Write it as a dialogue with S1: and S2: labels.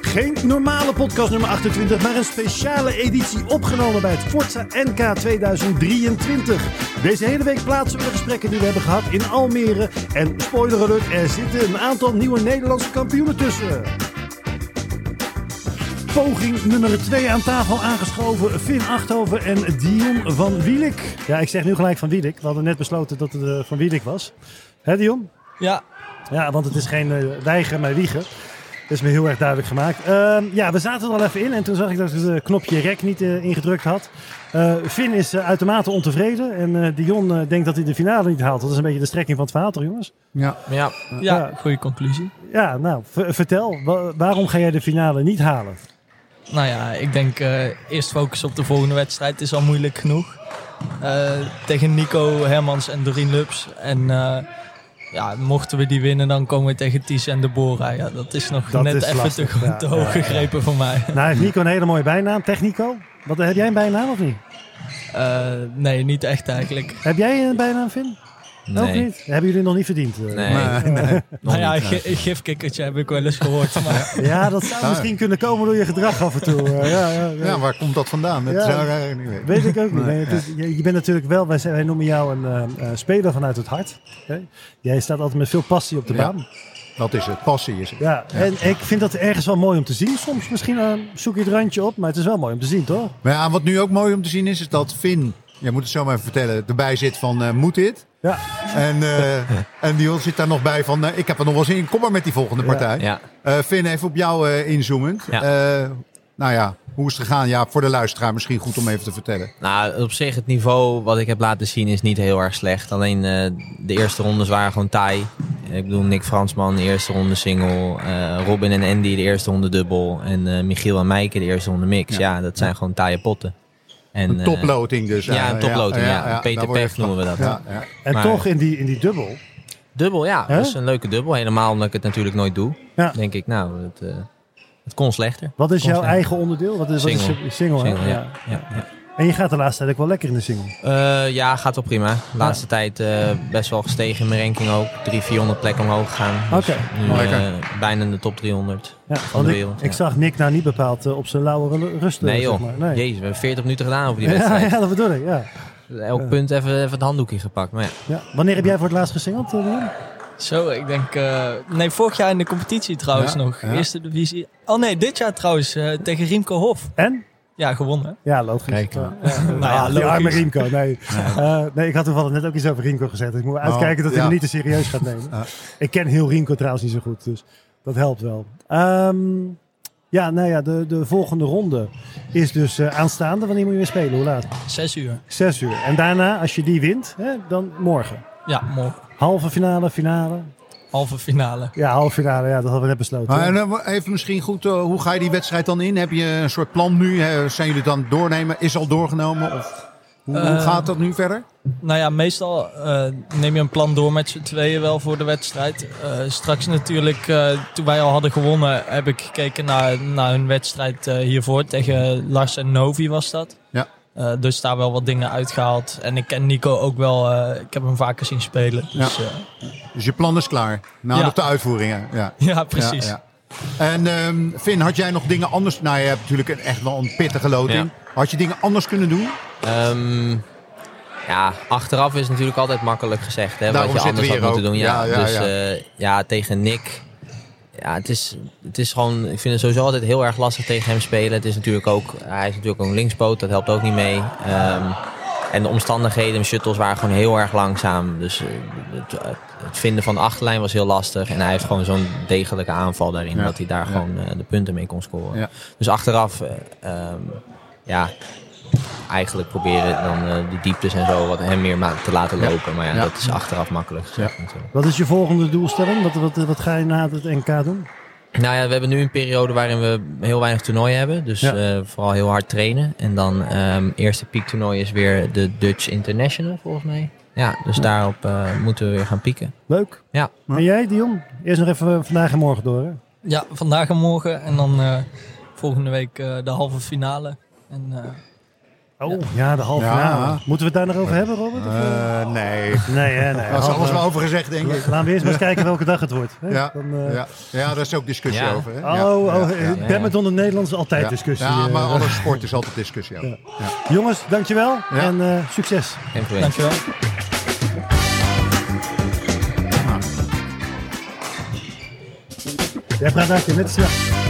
S1: Geen normale podcast nummer 28, maar een speciale editie opgenomen bij het Forza NK 2023. Deze hele week plaatsen we de gesprekken die we hebben gehad in Almere. En spoiler alert, er zitten een aantal nieuwe Nederlandse kampioenen tussen. Poging nummer 2 aan tafel aangeschoven. Finn Achthoven en Dion van Wielik. Ja, ik zeg nu gelijk van Wielik. We hadden net besloten dat het eh, van Wielik was. Hè Dion?
S2: Ja,
S1: Ja, want het is geen eh, weiger, maar wiegen. Dat is me heel erg duidelijk gemaakt. Ehm, ja, we zaten er al even in en toen zag ik dat ik het eh, knopje rek niet eh, ingedrukt had. Eh Finn is eh, uitermate ontevreden en eh, Dion eh, denkt dat hij de finale niet haalt. Dat is een beetje de strekking van het verhaal, toch jongens?
S3: Ja,
S2: ja, ja, goede conclusie.
S1: Ja, nou, v- vertel. wa- waarom ga jij de finale niet halen?
S2: Nou ja, ik denk eh, eerst focussen op de volgende wedstrijd is al moeilijk genoeg. Eh, tegen Nico Hermans en Doreen Lups. En eh, ja, mochten we die winnen, dan komen we tegen Ties en Deborah. Ja, dat is nog
S1: Dat
S2: net
S1: is
S2: even
S1: lastig,
S2: te,
S1: ja,
S2: te
S1: ja,
S2: hoog
S1: ja.
S2: gegrepen voor mij.
S1: Nou, heeft Nico een hele mooie bijnaam, Technico. Wat, heb jij een bijnaam of niet?
S2: Eh, nee, niet echt eigenlijk.
S1: Heb jij een bijnaam, Finn? Ook niet? Hebben jullie nog niet verdiend? eh?
S4: Nee.
S3: maar, nee.
S2: Nou ja, ge- een gifkikkertje heb ik wel eens gehoord. Maar
S1: Ja, dat zou
S3: Ja.
S1: misschien kunnen komen door je gedrag af en toe. Eh, ja, ja, ja.
S3: ja, waar komt dat vandaan? Dat
S1: Ja.
S3: zou ik eigenlijk niet weten.
S1: Weet ik ook niet.
S3: Nee,
S1: Nee, het is- je, je bent natuurlijk wel, wij, zijn- wij noemen jou een eh, eh, speler vanuit het hart. Hè? Jij staat altijd met veel passie op de
S3: Ja.
S1: baan.
S3: Dat is het, passie is het.
S1: Ja. En ik vind dat ergens wel mooi om te zien. Soms misschien eh, zoek je het randje op, maar het is wel mooi om te zien, toch?
S3: Maar ja, wat nu ook mooi om te zien is, is dat Finn, jij moet het zo maar even vertellen, erbij zit van eh, moet dit?
S1: Ja.
S3: En, eh en Dion zit daar nog bij van eh, ik heb er nog wel zin in, kom maar met die volgende
S1: Ja.
S3: partij.
S4: Ja.
S3: Eh, Finn, even op jou eh, inzoomend.
S4: Ja.
S3: Eh, nou ja, hoe is het gegaan? Ja, voor de luisteraar misschien goed om even te vertellen.
S4: Nou, op zich het niveau wat ik heb laten zien is niet heel erg slecht. Alleen eh, de eerste rondes waren gewoon taai. Ik bedoel, Nick Fransman, de eerste ronde single. eh, Robin en Andy, de eerste ronde dubbel. En eh, Michiel en Mijke, de eerste ronde mix. Ja, dat zijn gewoon taaie potten. En,
S3: Een
S4: eh,
S3: toploting dus.
S4: ja, een toploting, ja. Peter
S3: daar word je
S4: Pech noemen we dat.
S3: Ja, ja.
S1: En
S4: Maar-
S1: toch in die, in die dubbel.
S4: dubbel, ja.
S1: Hè?
S4: Dat is een leuke dubbel. Helemaal omdat ik het natuurlijk nooit doe.
S1: Ja.
S4: Denk ik, nou, het, eh, het kon slechter.
S1: Wat is
S4: Kon
S1: jouw
S4: slechter.
S1: eigen onderdeel? Wat is, wat is
S4: Single.
S1: je- single, hè?
S4: Single,
S1: Ja.
S4: ja. ja, ja.
S1: En je gaat de laatste tijd ook wel lekker in de single.
S4: Eh, ja, gaat wel prima. De laatste tijd eh, best wel gestegen in mijn ranking ook. 300, 400 plekken omhoog gegaan. Dus
S1: Oké.
S4: nu, eh,
S3: Lekker.
S4: bijna in de top 300.
S1: Ja,
S4: Van
S1: want
S4: de
S1: ik,
S4: wereld,
S1: ik
S4: ja.
S1: zag Nick nou niet bepaald eh, op zijn lauwe ru- rust. eh,
S4: Nee
S1: zeg
S4: joh,
S1: maar. Nee.
S4: jezus, we hebben 40 minuten gedaan over die
S1: Ja,
S4: wedstrijd.
S1: ja, dat bedoel ik. Ja.
S4: Elk punt even, even het handdoekje gepakt. Maar ja.
S1: Ja. Wanneer heb jij voor het laatst gesingeld, eh, Dion?
S2: Zo, ik denk... eh, nee, vorig jaar in de competitie trouwens
S3: Ja,
S2: nog.
S3: ja.
S2: Eerste divisie. Oh nee, dit jaar trouwens. eh, tegen Riemke Hof.
S1: En?
S2: Ja, gewonnen.
S1: Ja, logisch.
S3: Kijk,
S4: eh,
S1: Ja.
S2: Nou ja,
S1: Ah, die arme
S2: logisch.
S1: Riemco. Nee. Eh, nee, ik had toevallig net ook iets over Riemco gezegd. Dus ik moet uitkijken dat hij
S3: ja.
S1: me niet te serieus gaat nemen.
S3: Ja.
S1: Ik ken heel Riemco trouwens niet zo goed, dus dat helpt wel. Ehm, ja, nou ja, de, de volgende ronde is dus eh, aanstaande. Wanneer moet je weer spelen? Hoe laat?
S2: Zes uur.
S1: Zes uur. En daarna, als je die wint, hè, dan morgen.
S2: Ja, morgen.
S1: Halve finale, finale.
S2: Halve finale.
S1: Ja, halve finale. Ja, dat hadden we net besloten.
S3: Maar eh, even misschien goed, eh, hoe ga je die wedstrijd dan in? Heb je een soort plan nu? Eh, Zijn jullie dan doornemen? Is al doorgenomen? Of hoe, hoe
S2: Eh,
S3: gaat dat nu verder?
S2: Nou ja, meestal eh, neem je een plan door met z'n tweeën wel voor de wedstrijd. Eh, straks natuurlijk, eh, toen wij al hadden gewonnen, heb ik gekeken naar, naar hun wedstrijd eh, hiervoor. Tegen Lars en Novi was dat.
S3: Ja.
S2: Eh, dus daar wel wat dingen uitgehaald. En ik ken Nico ook wel. eh, ik heb hem vaker zien spelen. Dus, eh,
S3: Dus je plan is klaar.
S2: Ja.
S3: Nadat de uitvoeringen. Ja,
S2: ja, precies.
S3: Ja, ja. En ehm Finn, had jij nog dingen anders? Nou, je hebt natuurlijk een, echt wel een pittige loting. Had je dingen anders kunnen doen?
S4: Ehm, ja, achteraf is natuurlijk altijd makkelijk gezegd hè, wat
S3: Daarom
S4: je
S3: zitten
S4: anders
S3: we
S4: had
S3: hier
S4: moeten
S3: ook.
S4: doen. Ja,
S3: Ja, ja,
S4: dus
S3: ja.
S4: eh, ja, tegen Nick. Ja, het is, het is gewoon, ik vind het sowieso altijd heel erg lastig tegen hem spelen. Het is natuurlijk ook, hij is natuurlijk ook een linkspoot, dat helpt ook niet mee. Ehm, en de omstandigheden, mijn shuttles waren gewoon heel erg langzaam. Dus eh, het, het vinden van de achterlijn was heel lastig. En hij heeft gewoon zo'n degelijke aanval daarin,
S3: Ja,
S4: dat hij daar
S3: ja.
S4: gewoon eh, de punten mee kon scoren.
S3: Ja.
S4: Dus achteraf, eh, ehm, ja, eigenlijk proberen dan eh, die dieptes en zo wat hem meer ma- te laten
S3: Ja.
S4: lopen. Maar ja,
S3: Ja.
S4: dat is achteraf makkelijk gezegd
S3: Ja.
S4: natuurlijk.
S1: Wat is je volgende doelstelling? Wat, wat, wat ga je na het NK doen?
S4: Nou ja, we hebben nu een periode waarin we heel weinig toernooien hebben. Dus
S1: Ja.
S4: eh, vooral heel hard trainen. En dan ehm eerste piektoernooi is weer de Dutch International volgens mij. Ja, dus daarop eh, moeten we weer gaan pieken.
S1: Leuk.
S4: Ja.
S1: En jij, Dion? Eerst nog even eh, vandaag en morgen door. Hè?
S2: Ja, vandaag en morgen. En dan eh, volgende week eh, de halve finale. En eh,
S1: Oh, ja, de halve
S3: Ja.
S1: finale. Moeten we het daar nog over hebben, Robert? Of, eh?
S3: Eh, nee,
S1: nee, hè, nee.
S3: daar is alles
S1: Halve-
S3: wel over gezegd, denk ik.
S1: Laten we eerst maar eens kijken welke dag het wordt. Hè?
S3: Ja,
S1: Dan, eh,
S3: ja. ja, daar is ook discussie
S4: Ja.
S3: over. Hè? Ja,
S1: Oh, oh
S3: ja, ja.
S1: eh, badminton in Nederland is altijd
S3: Ja.
S1: discussie.
S3: Ja,
S1: eh.
S3: maar alle sport is altijd discussie over. Ja.
S1: Jongens, dankjewel en eh, succes.
S4: Geen probleem.
S2: Dankjewel.
S1: Jij praat daar net zo.